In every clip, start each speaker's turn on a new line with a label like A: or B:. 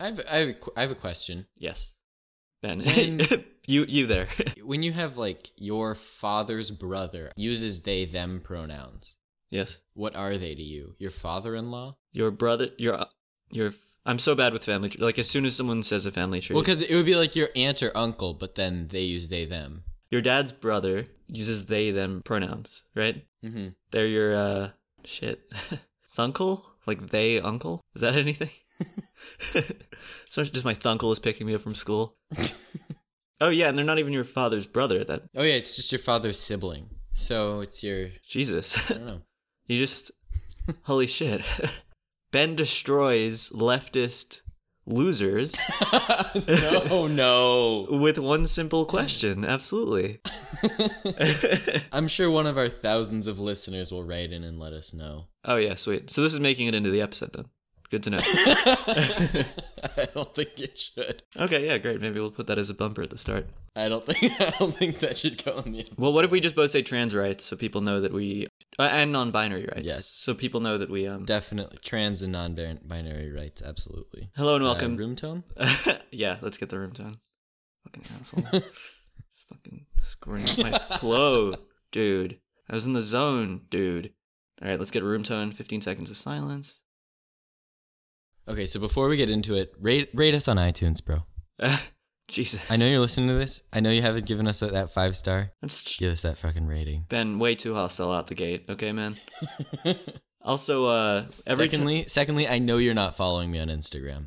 A: I have, I have, a qu- I have a question.
B: Yes. Ben,
A: When-
B: you you there?
A: When you have like your father's brother uses they them pronouns,
B: yes.
A: what are they to you? Your father in law?
B: Your brother, your uh, your. I'm so bad with family. tr- Like as soon as someone says a family tree,
A: Well, because it would be like your aunt or uncle, but then they use they them.
B: your dad's brother uses they them pronouns, right?
A: Mm-hmm.
B: They're your uh shit, thuncle. Like they uncle. Is that anything? so just my thunkle is picking me up from school. oh yeah, and they're not even your father's brother. That
A: Oh yeah, it's just your father's sibling. So it's your
B: Jesus.
A: I don't know.
B: You just holy shit. Ben destroys leftist losers
A: no, no.
B: with one simple question. Absolutely.
A: I'm sure one of our thousands of listeners will write in and let us know.
B: oh yeah, sweet. So this is making it into the episode then. Good to know.
A: I don't think it should.
B: Okay, yeah, great. Maybe we'll put that as a bumper at the start.
A: I don't think I don't think that should go in the.
B: Well, what if we just both say trans rights so people know that we uh, and non-binary rights.
A: Yes.
B: So people know that we um
A: Definitely trans and non-binary rights. Absolutely.
B: Hello and
A: Uh,
B: welcome.
A: room tone.
B: yeah, let's get the room done. Fucking asshole. Fucking scoring up my flow, dude. I was in the zone, dude. All right, let's get room tone. 15 seconds of silence.
A: Okay, so before we get into it, rate rate us on iTunes, bro.
B: Jesus.
A: I know you're listening to this. I know you haven't given us that five star.
B: That's ch-
A: Give us that fucking rating.
B: been way too hostile out the gate, okay, man? also, uh, every ti-
A: secondly, secondly, I know you're not following me on Instagram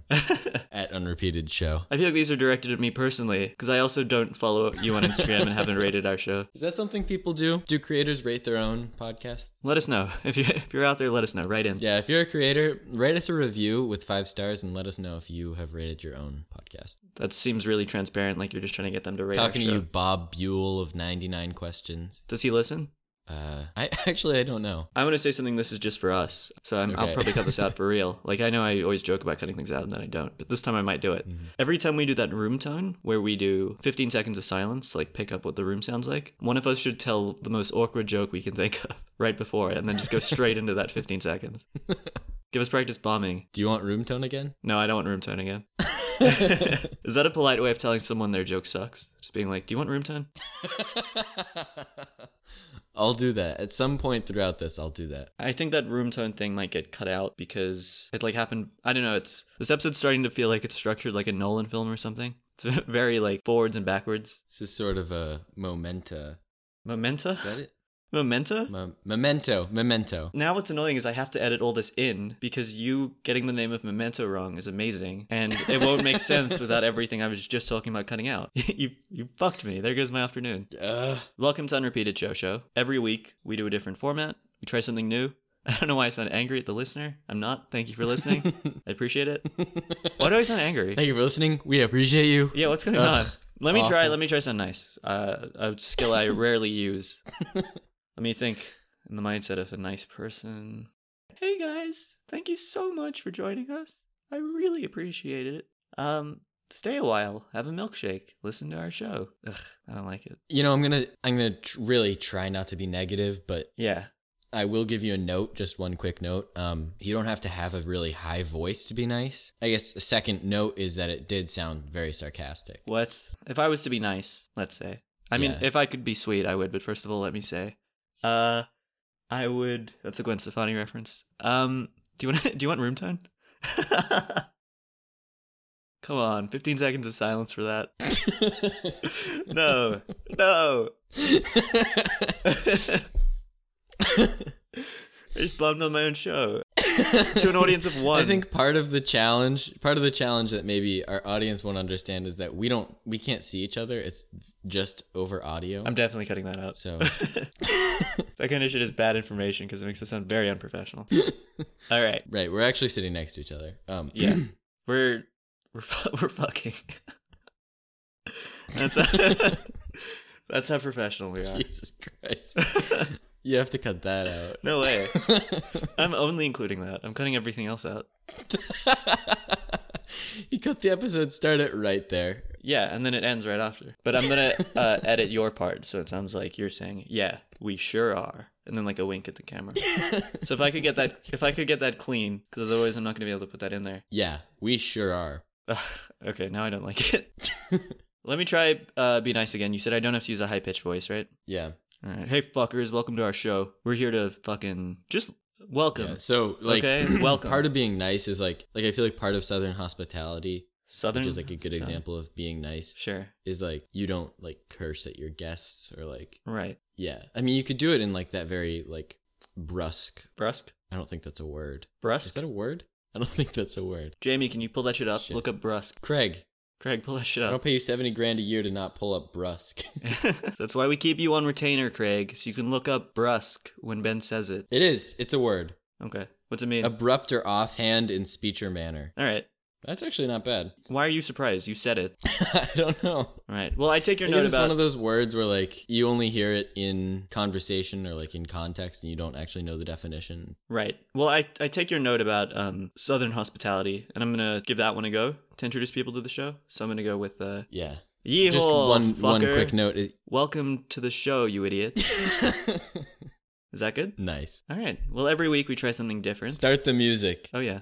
A: at unrepeated show.
B: I feel like these are directed at me personally because I also don't follow you on Instagram and haven't rated our show.
A: Is that something people do? Do creators rate their own podcast?
B: Let us know. If you're, if you're out there, let us know. Right in.
A: Yeah, if you're a creator, write us a review with five stars and let us know if you have rated your own podcast.
B: That seems really transparent, like you're just trying to get them to rate
A: Talking
B: our
A: to
B: show.
A: you, Bob Buell of 99 Questions.
B: Does he listen?
A: Uh, I actually I don't know.
B: I'm gonna say something. This is just for us, so I'm, I'll
A: Okay.
B: probably cut this out for real. Like I know I always joke about cutting things out, and then I don't. But this time I might do it. Every time we do that room tone, where we do 15 seconds of silence, like pick up what the room sounds like. One of us should tell the most awkward joke we can think of right before it, and then just go straight into that 15 seconds. Give us practice bombing.
A: Do you want room tone again?
B: No, I don't want room tone again. is that a polite way of telling someone their joke sucks? Just being like, "Do you want room tone?"
A: I'll do that at some point throughout this. I'll do that.
B: I think that room tone thing might get cut out because it like happened. I don't know. It's this episode's starting to feel like it's structured like a Nolan film or something. It's very like forwards and backwards.
A: This is sort of a momenta.
B: Memento,
A: Is that it?
B: memento.
A: Mo- memento, memento.
B: Now what's annoying is I have to edit all this in because you getting the name of memento wrong is amazing, and it won't make sense without everything I was just talking about cutting out. you you fucked me. There goes my afternoon.
A: Ugh.
B: Welcome to Unrepeated Show Show. Every week we do a different format. We try something new. I don't know why I sound angry at the listener. I'm not. Thank you for listening. I appreciate it. Why do I sound angry?
A: Thank you for listening. We appreciate you.
B: Yeah, what's going
A: Ugh,
B: on? Let me try.
A: awful.
B: Let me try sound nice. Uh, a skill I rarely use. let me think in the mindset of a nice person. Hey guys, thank you so much for joining us. I really appreciate it. Um, stay a while, have a milkshake, listen to our show. Ugh, I don't like it.
A: You know, I'm gonna I'm gonna tr- really try not to be negative, but
B: Yeah,
A: I will give you a note, just one quick note. Um, you don't have to have a really high voice to be nice. I guess a second note is that it did sound very sarcastic.
B: What? If I was to be nice, let's say. I mean,
A: Yeah.
B: if I could be sweet, I would, but first of all, let me say. Uh I would that's a Gwen Stefani reference. Um do you want do you want room tone? Come on, 15 seconds of silence for that. No. No. I just bombed on my own show. to an audience of one.
A: I think part of the challenge, part of the challenge that maybe our audience won't understand is that we don't, we can't see each other. It's just over audio.
B: I'm definitely cutting that out.
A: so
B: That kind of shit is bad information because it makes us sound very unprofessional. All right.
A: right, we're actually sitting next to each other. Um,
B: Yeah. we're we're fu- we're fucking. That's that's how professional we are.
A: Jesus Christ, you have to cut that out.
B: No way. I'm only including that. I'm cutting everything else out.
A: you cut the episode, start it right there.
B: Yeah, and then it ends right after. But I'm gonna uh, edit your part so it sounds like you're saying, "Yeah, we sure are," and then like a wink at the camera. so if I could get that, if I could get that clean, because otherwise I'm not gonna be able to put that in there.
A: Yeah, we sure are.
B: okay, now I don't like it. Let me try uh, be nice again. You said I don't have to use a high pitched voice, right?
A: Yeah.
B: All right. Hey, fuckers, welcome to our show. We're here to fucking just welcome.
A: Yeah. So like
B: okay, welcome.
A: part of being nice is like like I feel like part of Southern hospitality,
B: Southern.
A: which is like a good
B: Sound.
A: example of being nice,
B: Sure.
A: is like you don't like curse at your guests or like
B: Right.
A: yeah. I mean you could do it in like that very like brusque.
B: Brusque.
A: I don't think that's a word. Is
B: Brusque.
A: that a word? I don't think that's a word.
B: Jamie, can you pull that shit up?
A: Shit.
B: Look up brusque.
A: Craig,
B: Craig, pull that shit
A: I
B: up.
A: don't pay you seventy grand a year to not pull up brusque.
B: That's why we keep you on retainer, Craig, so you can look up brusque when Ben says it.
A: it is. It's a word.
B: Okay. What's it mean?
A: Abrupt or offhand in speech or manner.
B: All right.
A: That's actually not bad.
B: Why are you surprised? You said it.
A: I don't know.
B: All right. Well, I take your
A: I guess
B: note
A: it's one
B: about
A: of those words where like you only hear it in conversation or like in context, and you don't actually know the definition.
B: Right. Well, I, I take your note about um, Southern hospitality, and I'm gonna give that one a go to introduce people to the show. So I'm gonna go with uh,
A: Yeah.
B: yeehaw,
A: Just one
B: fucker.
A: one quick note. Is-
B: Welcome to the show, you idiot. Is that good?
A: nice.
B: All right. Well, every week we try something different.
A: Start the music.
B: Oh yeah.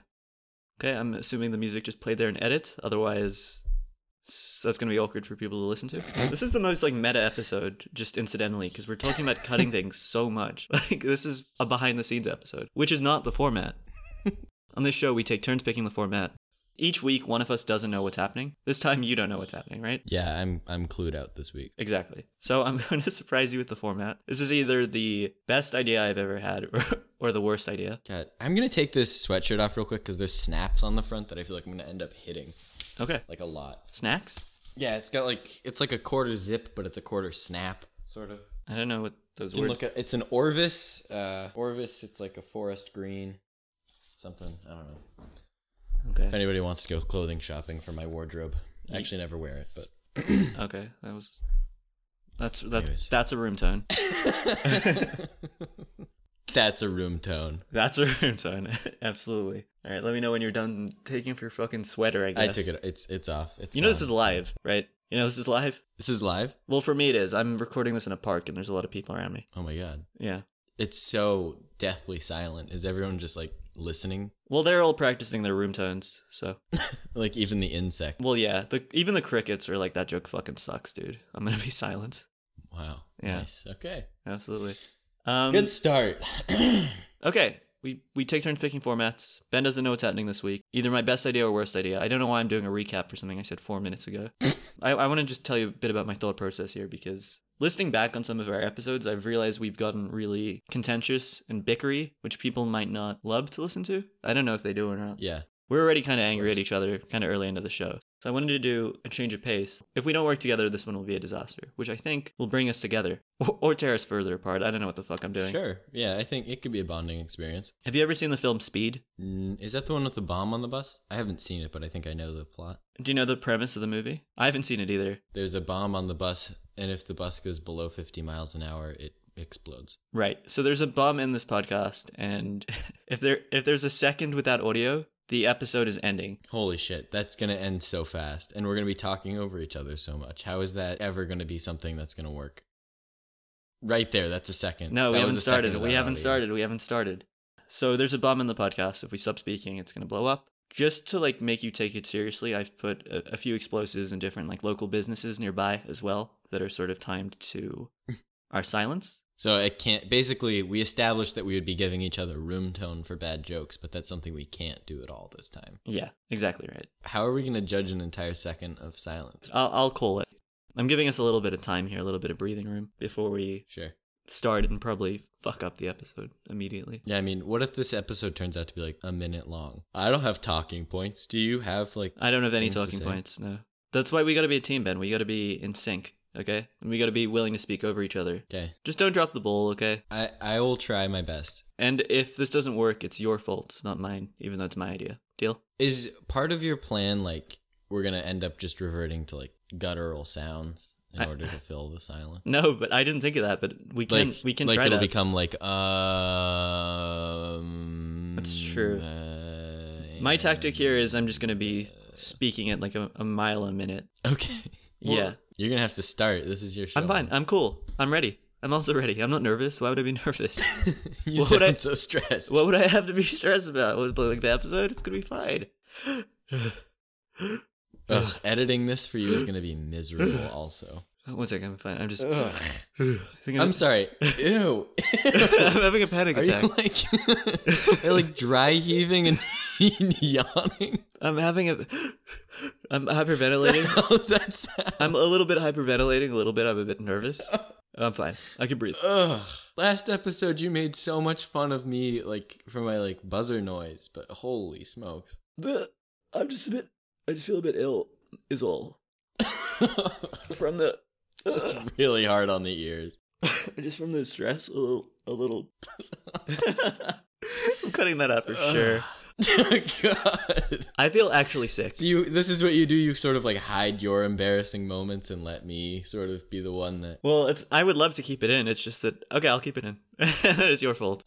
B: Okay. I'm assuming the music just played there in edit. Otherwise, s- that's gonna be awkward for people to listen to. this is the most like meta episode, just incidentally, because we're talking about cutting things so much. Like this is a behind the scenes episode, which is not the format. On this show, we take turns picking the format. Each week, one of us doesn't know what's happening. This time, you don't know what's happening, right?
A: Yeah, I'm I'm clued out this week.
B: Exactly. So I'm going to surprise you with the format. This is either the best idea I've ever had, or, or the worst idea.
A: God, I'm gonna take this sweatshirt off real quick because there's snaps on the front that I feel like I'm gonna end up hitting
B: Okay.
A: like a lot.
B: Snacks?
A: Yeah, it's got like it's like a quarter zip, but it's a quarter snap sort of.
B: I don't know what those
A: You can
B: words.
A: look at it's an Orvis. Uh, Orvis, it's like a forest green, something. I don't know.
B: okay.
A: If anybody wants to go clothing shopping for my wardrobe, I actually never wear it, but
B: Okay, that was that's that's
A: Anyways.
B: that's a room tone.
A: that's a room tone.
B: That's a room tone. Absolutely. All right, let me know when you're done taking off your fucking sweater. I guess
A: I took it. It's it's off. It's
B: You know this
A: gone.
B: is live, right? You know this is live.
A: this is live.
B: Well, for me it is. I'm recording this in a park, and there's a lot of people around me.
A: Oh my god,
B: Yeah.
A: it's so deathly silent. Is everyone just like listening?
B: Well, they're all practicing their room tones. So,
A: Like even the insect.
B: well, yeah. The even the crickets are like that joke fucking sucks, dude. I'm gonna be silent.
A: Wow.
B: Yeah.
A: Nice. Okay.
B: Absolutely. Um,
A: Good start.
B: Okay. We we take turns picking formats. Ben doesn't know what's happening this week. Either my best idea or worst idea. I don't know why I'm doing a recap for something I said four minutes ago. I, I want to just tell you a bit about my thought process here because listening back on some of our episodes, I've realized we've gotten really contentious and bickery, which people might not love to listen to. I don't know if they do or not.
A: yeah.
B: We're already kind of angry at each other kind of early into the show. So I wanted to do a change of pace. If we don't work together, this one will be a disaster, which I think will bring us together or, or tear us further apart. I don't know what the fuck I'm doing.
A: Sure. Yeah. I think it could be a bonding experience.
B: Have you ever seen the film Speed?
A: Mm, Is that the one with the bomb on the bus? I haven't seen it, but I think I know the plot.
B: Do you know the premise of the movie? I haven't seen it either.
A: There's a bomb on the bus, and if the bus goes below 50 miles an hour, it explodes.
B: Right. So there's a bomb in this podcast, and if there if there's a second without audio, the episode is ending.
A: Holy shit, that's going to end so fast. And we're going to be talking over each other so much. How is that ever going to be something that's going to work? Right there, that's a second.
B: No, we
A: That
B: haven't
A: was a second
B: started. We
A: without
B: haven't
A: audio.
B: started. We haven't started. So there's a bomb in the podcast. If we stop speaking, it's gonna blow up. Just to like make you take it seriously, I've put a, a few explosives in different like local businesses nearby as well that are sort of timed to our silence.
A: So it can't. Basically, we established that we would be giving each other room tone for bad jokes, but that's something we can't do at all this time.
B: Yeah, exactly right.
A: How are we going to judge an entire second of silence?
B: I'll, I'll call it. I'm giving us a little bit of time here, a little bit of breathing room before we
A: Sure.
B: start and probably fuck up the episode immediately.
A: Yeah, I mean, what if this episode turns out to be like a minute long? I don't have talking points. Do you have like
B: I don't have any
A: Things to
B: talking
A: say.
B: points, no. That's why we gotta be a team, Ben. We gotta be in sync, okay? And we gotta be willing to speak over each other.
A: Okay.
B: Just don't drop the ball, okay?
A: I I will try my best.
B: And if this doesn't work, it's your fault, it's not mine, even though it's my idea. Deal?
A: Is part of your plan like we're going to end up just reverting to like guttural sounds in
B: I-
A: order to fill the silence?
B: No, but I didn't think of that, but we can
A: Like
B: we can
A: like
B: try
A: it'll
B: that.
A: become like um
B: That's true.
A: uh,
B: my tactic here is I'm just gonna be speaking at like a, a mile a minute.
A: Okay.
B: Yeah.
A: You're going to have to start. This is your show.
B: I'm fine. I'm cool. I'm ready. I'm also ready. I'm not nervous. Why would I be nervous?
A: you
B: What would
A: sound
B: I-
A: so stressed.
B: What would I have to be stressed about? Would- Like the episode, it's gonna be fine.
A: Ugh, editing this for you is going to be miserable, also.
B: Oh, One second, I'm fine. I'm just.
A: Ugh.
B: I think I'm,
A: I'm sorry. Ew.
B: I'm having a panic
A: Are you
B: attack.
A: like, are you, like dry heaving and yawning?
B: I'm having a. I'm hyperventilating.
A: How's that sound?
B: I'm a little bit hyperventilating, a little bit. I'm a bit nervous. I'm fine. I can breathe.
A: Ugh. Last episode, you made so much fun of me, like for my like buzzer noise, but holy smokes!
B: I'm just a bit. I just feel a bit ill, is all. From the.
A: this is really hard on the ears.
B: just from the stress, a little. A little. I'm cutting that out for sure.
A: God.
B: I feel actually sick.
A: So you, this is what you do. You sort of like hide your embarrassing moments and let me sort of be the one that.
B: Well, it's, I would love to keep it in. It's just that okay, I'll keep it in. it's your fault.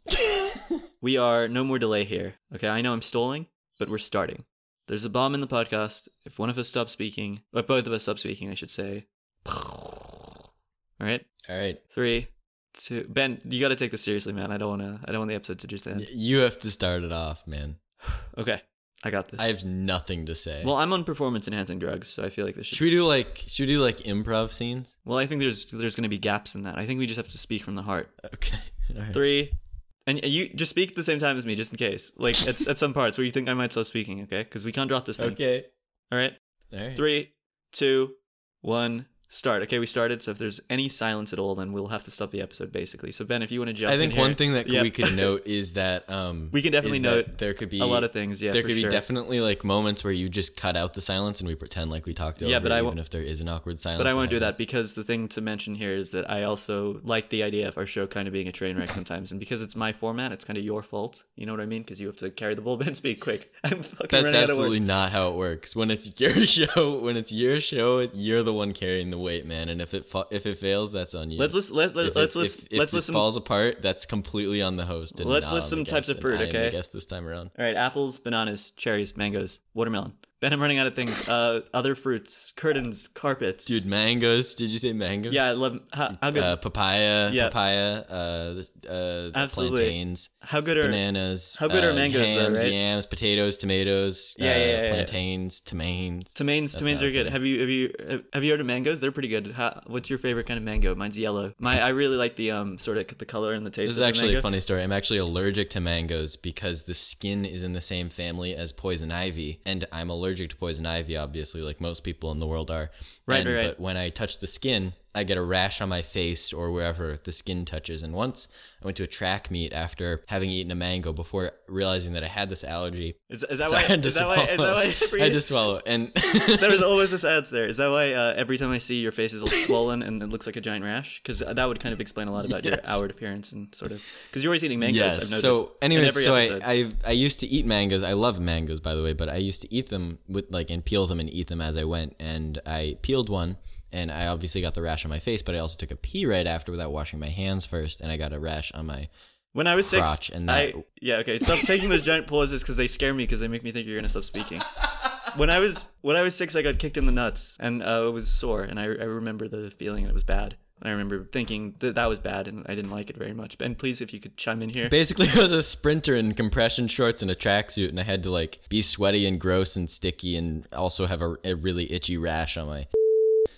B: we are no more delay here. Okay, I know I'm stalling, but we're starting. There's a bomb in the podcast. If one of us stops speaking, or both of us stop speaking, I should say. All right,
A: All right,
B: three, two. Ben, you got to take this seriously, man. I don't want to. I don't want the episode to just end.
A: Y- you have to start it off, man.
B: Okay, I got this.
A: I have nothing to say.
B: well, I'm on performance enhancing drugs, so I feel like this should.
A: should we do like should we do like improv scenes?
B: Well, I think there's there's going to be gaps in that. I think we just have to speak from the heart.
A: Okay. All right.
B: three and you just speak at the same time as me just in case like at, at some parts where you think i might stop speaking okay because we can't drop this thing
A: Okay.
B: all right
A: All right.
B: three two one start okay we started so if there's any silence at all then we'll have to stop the episode basically so ben if you want to jump
A: I
B: in
A: think
B: here,
A: one thing that
B: Yeah.
A: we could note is that um
B: We can definitely
A: is that
B: note
A: there could be
B: a lot of things yeah
A: there
B: for
A: could
B: sure.
A: be definitely like moments where you just cut out the silence and we pretend like we talked over
B: Yeah, but
A: it,
B: I won't-
A: even if there is an awkward silence.
B: but i want to do that
A: happens.
B: because the thing to mention here is that i also like the idea of our show kind of being a train wreck sometimes and because it's my format it's kind of your fault you know what i mean because you have to carry the ball and speak quick i'm fucking
A: That's
B: running out of words.
A: absolutely not how it works. When it's your show, when it's your show, you're the one carrying the weight, man. And if it fa- if it fails, that's on you.
B: Let's listen. Let's
A: If
B: let's
A: it-
B: let's,
A: if-
B: list,
A: if
B: let's
A: it
B: listen. All
A: falls apart, that's completely on the host. And
B: Let's
A: not
B: list
A: on the
B: some types
A: guest,
B: of
A: and
B: fruit,
A: I am the
B: okay?
A: guest this time around.
B: right, apples, bananas, cherries, mangoes, watermelon. Ben, I'm running out of things. Uh, other fruits, curtains, carpets.
A: Dude, mangoes. Did you say mangoes?
B: yeah, I love. How, how good?
A: Uh, papaya,
B: Yeah.
A: papaya, uh, the- uh, the
B: Absolutely.
A: plantains,
B: how good are?
A: bananas.
B: How good are
A: uh,
B: mangoes, though,
A: hams,
B: right?
A: Yams, potatoes, tomatoes.
B: Yeah,
A: uh,
B: yeah, yeah, yeah.
A: plantains, tomatoes.
B: Tomains, tomains
A: how
B: are good.
A: good.
B: Have you have you have you heard of mangoes? They're pretty good. How, what's your favorite kind of mango? Mine's yellow. My I really like the um sort of the color and the taste.
A: This is
B: of the
A: actually
B: mango.
A: a funny story. I'm actually allergic to mangoes because the skin is in the same family as poison ivy, and I'm allergic to poison ivy, obviously, like most people in the world are.
B: Right,
A: And-
B: right, right.
A: But when I touch the skin, I get a rash on my face or wherever the skin touches. And once I went to a track meet after having eaten a mango before realizing that I had this allergy.
B: Is, is that
A: so
B: why?
A: I had to
B: Is that why? Is that
A: swallow.
B: why?
A: I had to swallow, and
B: there was always this ads there. Is that why uh, every time I see your face is all swollen and it looks like a giant rash? Because that would kind of explain a lot about your
A: Yes.
B: outward appearance and sort of because you're always eating mangoes.
A: Yes.
B: I've noticed.
A: So,
B: in
A: anyways,
B: every
A: so
B: episode.
A: I I've, I used to eat mangoes. I love mangoes, by the way, but I used to eat them with like and peel them and eat them as I went. And I peeled one, and I obviously got the rash on my face, but I also took a pee right after without washing my hands first, and I got a rash on my.
B: when I was six,
A: crotch and
B: I
A: that-
B: yeah okay. Stop taking those giant pauses because they scare me because they make me think you're gonna stop speaking. When I was when I was six, I got kicked in the nuts and uh, it was sore, and I, I remember the feeling and it was bad. And I remember thinking that that was bad, and I didn't like it very much. Ben, please, if you could chime in here.
A: Basically, I was a sprinter in compression shorts and a tracksuit, and I had to like be sweaty and gross and sticky, and also have a, a really itchy rash on my.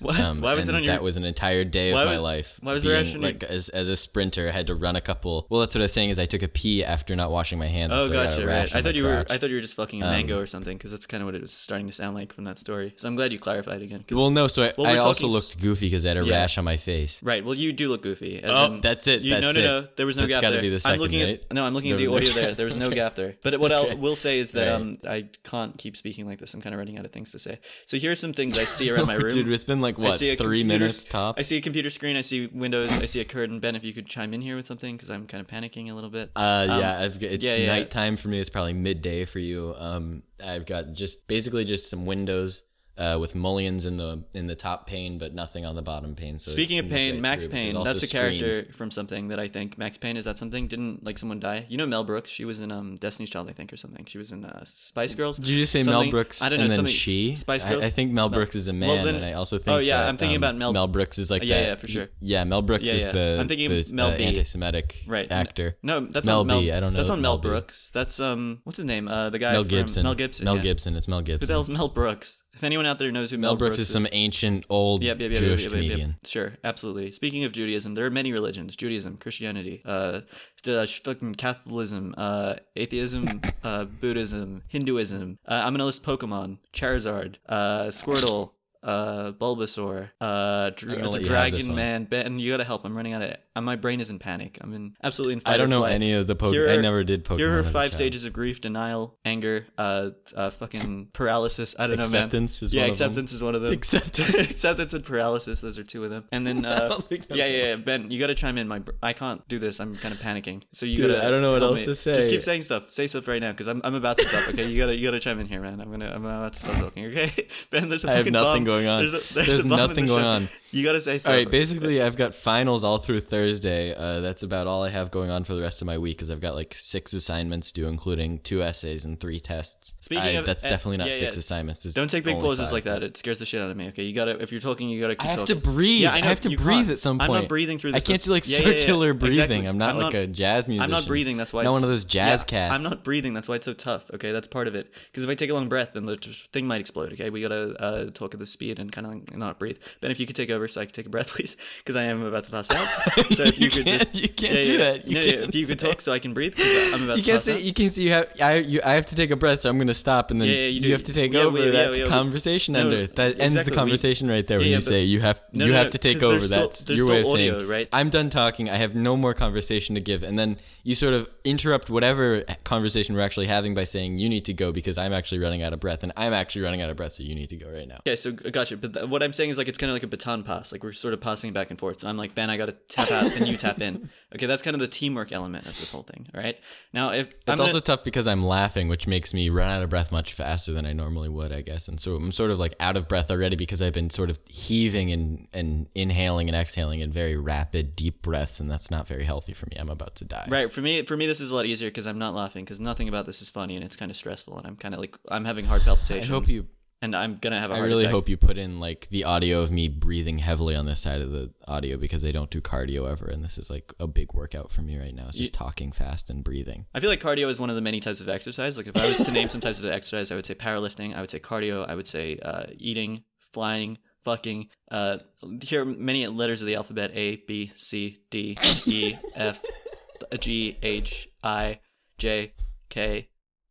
B: Why,
A: Um,
B: why was it
A: and
B: on your
A: That was an entire day of
B: Why
A: my
B: wa-
A: life.
B: why was the rash
A: being,
B: on your-
A: like as as a sprinter? I had to run a couple. Well, that's what I was saying. Is I took a pee after not washing my hands.
B: Oh,
A: so I got
B: gotcha.
A: a
B: Right.
A: rash on
B: I
A: my
B: thought you were.
A: crotch. Um,
B: I thought you were just fucking a mango or something, because that's kind of what it was starting to sound like from that story. So I'm glad you clarified again. 'cause-
A: well, no. So I,
B: Well, we're
A: I also
B: talking s-
A: looked goofy because I had a
B: Yeah.
A: rash on my face.
B: right. Well, you do look goofy. as
A: Oh,
B: in-
A: that's it,
B: You, no,
A: that's
B: no,
A: it.
B: no. There was no
A: That's
B: gap
A: gotta
B: there.
A: be the
B: I'm
A: second,
B: looking
A: right?
B: at. No, I'm looking
A: There
B: at the
A: was no
B: audio
A: gap.
B: there. There was no gap there. But what I will say is that
A: Right.
B: um, I can't keep speaking like this. I'm kind of running out of things to say. So here are some things I see around my room.
A: Dude, it's been like
B: I
A: what three
B: see a computer-
A: minutes
B: I
A: tops.
B: see a computer screen. I see windows. I see a curtain. Ben, if you could chime in here with something, because I'm kind of panicking a little bit.
A: Uh, yeah, I've got, it's
B: um, yeah, yeah.
A: nighttime for me. It's probably midday for you. Um, I've got just basically just some windows. Uh, with mullions in the in the top pane, but nothing on the bottom pane. So it
B: Speaking of
A: can look
B: Payne,
A: right
B: Max
A: through, but there's
B: Payne,
A: also
B: that's a
A: screens.
B: character from something that I think Max Payne is that something? Didn't like someone die? You know Mel Brooks? She was in um Destiny's Child, I think, or something. She was in uh, Spice Girls.
A: Did you just say Mel
B: Something-
A: Brooks
B: I don't know,
A: and then
B: something-
A: she?
B: Spice
A: I,
B: Girls.
A: I think Mel Brooks is a man,
B: then-
A: and I also think.
B: Oh, yeah,
A: that,
B: I'm thinking
A: um,
B: about Mel-
A: Brooks is like
B: Yeah,
A: that-
B: yeah, for sure.
A: Yeah, Mel Brooks
B: Yeah,
A: is
B: yeah.
A: the.
B: I'm thinking
A: the,
B: Mel
A: uh,
B: B.
A: anti-Semitic
B: Right.
A: actor.
B: No, that's
A: Mel
B: not Mel
A: B, I don't know
B: That's
A: if
B: not Mel,
A: Mel B.
B: Brooks. That's um what's his name? Uh the guy
A: Mel
B: from
A: Gibson.
B: Mel Gibson.
A: Mel
B: yeah.
A: Gibson. It's Mel
B: Who
A: Gibson.
B: the hell's Mel Brooks? If anyone out there knows who
A: Mel Brooks is some ancient old
B: Yep, yep, yep,
A: Jewish
B: yep, yep, yep, yep.
A: comedian.
B: Sure, absolutely. Speaking of Judaism, there are many religions: Judaism, Christianity, uh, the fucking Catholicism, uh, atheism, uh, Buddhism, Hinduism. Uh, I'm gonna list Pokemon, Charizard, uh, Squirtle, uh, Bulbasaur, uh,
A: I'm
B: dr-
A: gonna
B: the
A: let you have this
B: Dragon
A: one.
B: Man. Ben, you gotta help. I'm running out of. Uh, my brain is in panic. I'm in absolutely in. Fight
A: I
B: or
A: don't know
B: flight.
A: any of the
B: Here
A: Pokemon. I
B: are-
A: never did Pokemon.
B: Here are
A: as a
B: five
A: child.
B: stages of grief: denial, anger, uh, uh, fucking paralysis. I don't know, man.
A: Acceptance is
B: yeah,
A: one
B: acceptance is one of
A: Of
B: them.
A: them. Acceptance.
B: Acceptance and paralysis. Those are two of them. And then, uh,
A: don't think that's
B: yeah, yeah, yeah, Ben, you got to chime in. My, br- I can't do this. I'm kind of panicking. So you
A: Dude,
B: gotta.
A: I don't know what
B: help
A: else to say.
B: Just keep saying stuff. Say stuff right now, because I'm, I'm about to stop. Okay, you gotta, you gotta chime in here, man. I'm gonna, I'm about to stop talking. Okay, Ben, there's a
A: I have
B: fucking
A: nothing
B: bomb.
A: going on.
B: There's, a, there's,
A: There's
B: a bomb in
A: nothing
B: the
A: going
B: show.
A: on.
B: You gotta say stuff.
A: All right, basically, I've got finals all through Thursday. Uh, that's about all I have going on for the rest of my week because I've got like six assignments due, including two essays and three tests.
B: Speaking
A: I-
B: of-
A: that's
B: eh,
A: definitely not
B: yeah,
A: six
B: yeah.
A: assignments. There's
B: Don't take big
A: only
B: pauses
A: five.
B: like that. It scares the shit out of me. Okay, you gotta. If you're talking, you gotta.
A: I
B: Keep
A: have to
B: talking.
A: breathe.
B: Yeah, I
A: I,
B: know,
A: have to
B: you
A: breathe
B: can't.
A: at some
B: I'm
A: point.
B: not breathing through
A: I
B: this
A: can't do like
B: Yeah, yeah, yeah,
A: circular breathing.
B: exactly.
A: I'm not
B: I'm
A: like
B: not-
A: a jazz musician.
B: I'm not breathing. That's why
A: Not
B: it's,
A: one of those jazz
B: yeah,
A: cats.
B: I'm not breathing. That's why it's so tough. Okay, that's part of it. Because if I take a long breath, then the t- thing might explode. Okay, we gotta uh, talk at the speed and kind of not breathe. Ben, if you could take over, so I could take a breath, please, because I am about to pass out. So if you,
A: You
B: could
A: can't-
B: just,
A: you can't
B: yeah,
A: do
B: yeah.
A: that. You
B: no, yeah,
A: can't
B: if you could
A: say-
B: talk, so I can breathe, because I'm about
A: You
B: to
A: can't
B: pass
A: say
B: out.
A: you can't say you have I you I have to take a breath, so I'm gonna stop, and then
B: Yeah, yeah, you
A: you,
B: do.
A: have to take
B: Yeah,
A: over.
B: we- yeah,
A: that's
B: yeah, we-
A: conversation
B: No,
A: under that ends the
B: exactly, we-
A: conversation right there
B: Yeah,
A: when
B: yeah,
A: you
B: but-
A: say you have
B: No,
A: you
B: no,
A: have
B: no,
A: to take
B: 'cause
A: over.
B: there's still-
A: that's
B: there's
A: your way of
B: still
A: saying
B: audio, right?
A: I'm done talking. I have no more conversation to give, and then you sort of interrupt whatever conversation we're actually having by saying you need to go because I'm actually running out of breath, and I'm actually running out of breath, so you need to go right now.
B: Okay, so uh, gotcha. But th- what I'm saying is like it's kind of like a baton pass. Like we're sort of passing back and forth. So I'm like Ben, I gotta tap out, then you tap in. Okay, that's kind of the teamwork element of this whole thing. All right. Now if I'm
A: It's
B: gonna-
A: also tough because I'm laughing, which makes me run out of breath much faster than I normally would, I guess. And so I'm sort of like out of breath already because I've been sort of heaving and, and inhaling and exhaling in very rapid, deep breaths, and that's not very healthy for me. I'm about to die.
B: Right for me, for me this is a lot easier because I'm not laughing because nothing about this is funny and it's kind of stressful and I'm kind of like I'm having heart
A: I
B: palpitations.
A: hope you.
B: And I'm gonna have a
A: I
B: heart
A: really
B: attack.
A: hope you put in like the audio of me breathing heavily on this side of the audio because I don't do cardio ever, and this is like a big workout for me right now. It's just talking fast and breathing.
B: I feel like cardio is one of the many types of exercise. Like if I was to name some types of exercise, I would say powerlifting. I would say cardio. I would say uh, eating, flying, fucking. Uh, here are many letters of the alphabet: A, B, C, D, E, F, G, H, I, J, K,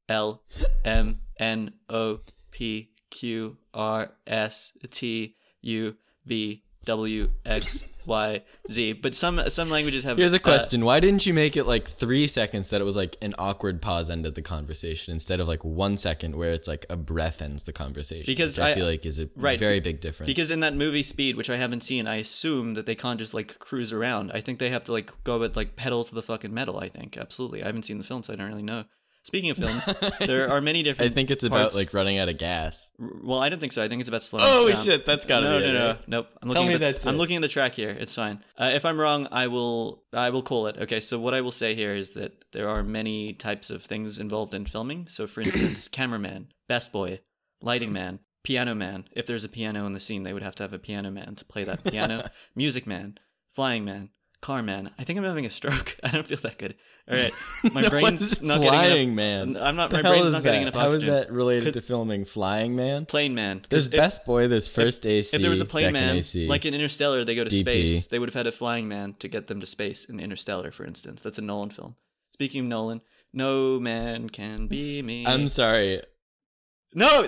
B: L, M, N, O, P, Q, R, S, T, U, V, W, X, Y, Z. But some some languages have.
A: Here's
B: uh,
A: a question. Why didn't you make it like three seconds that it was like an awkward pause ended the conversation instead of like one second where it's like a breath ends the conversation?
B: Because
A: which I,
B: I-
A: feel like is a
B: right,
A: very
B: be-
A: big difference.
B: Because in that movie Speed, which I haven't seen, I assume that they can't just like cruise around. I think they have to like go with like pedal to the fucking metal. I think absolutely. I haven't seen the film, so I don't really know. Speaking of films, there are many
A: I
B: different.
A: think it's about
B: parts-
A: like running out of gas.
B: Well, I don't think so. I think it's about slowing.
A: Oh
B: down.
A: shit, that's gotta
B: no,
A: be
B: no,
A: it,
B: no,
A: right?
B: nope. I'm
A: Tell
B: looking
A: me
B: at the,
A: that's
B: I'm
A: it.
B: looking at the track here. It's fine. Uh, if I'm wrong, I will. I will call it. Okay. So what I will say here is that there are many types of things involved in filming. So for instance, cameraman, best boy, lighting man, piano man. If there's a piano in the scene, they would have to have a piano man to play that piano. Music man, flying man. Car man, I think I'm having a stroke. I don't feel that good. All right, my
A: No
B: brain's
A: one's
B: not getting
A: flying
B: enough.
A: man.
B: I'm not.
A: The
B: My
A: hell
B: brain's
A: is
B: not getting
A: that?
B: enough
A: How is
B: oxygen.
A: that related
B: Could-
A: to filming Flying Man?
B: Plane man. 'cause
A: There's
B: if-
A: best boy, there's first AC,
B: if there was a plane
A: second
B: man,
A: AC.
B: like in Interstellar, they go to
A: DP.
B: space. They would have had a flying man to get them to space in Interstellar, for instance. That's a Nolan film. Speaking of Nolan, no man can be me.
A: I'm sorry.
B: no.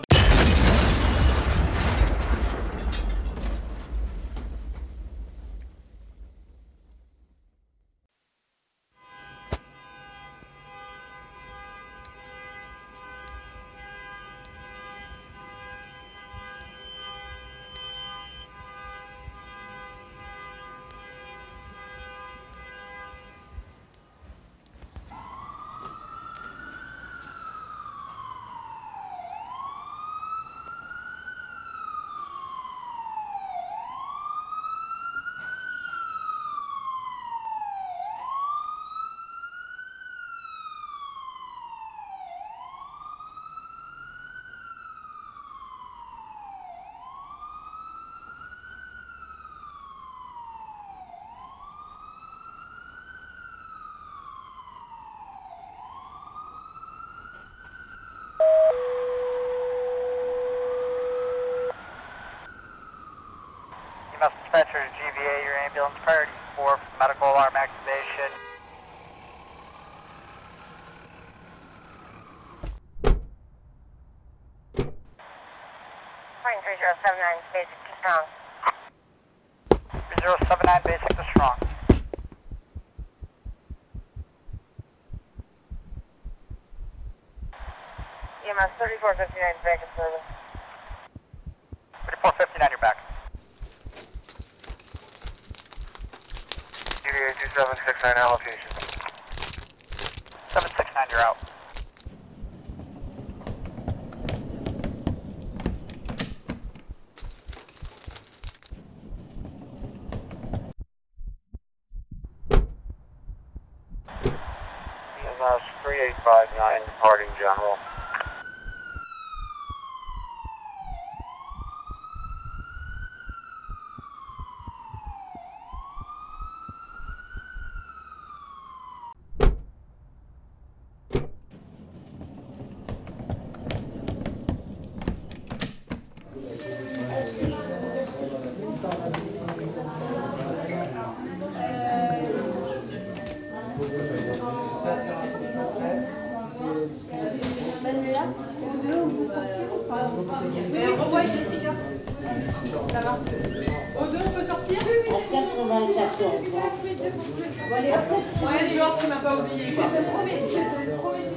C: Dispatcher to GVA, your ambulance priority 4 for medical alarm activation.
D: Point three zero seven nine basic to strong.
C: 079 basic to strong.
D: EMS thirty four fifty nine Vegas moving.
C: 3459, you're back. GVA 2769 allocation. 769, you're out.
E: MS 3859 departing general.
F: Mais revois ici, là. Ça va. Au deux, on peut sortir En 84 ans. Ouais, Georges, tu m'as pas oublié. quoi.
G: Je te promets, je te promets, je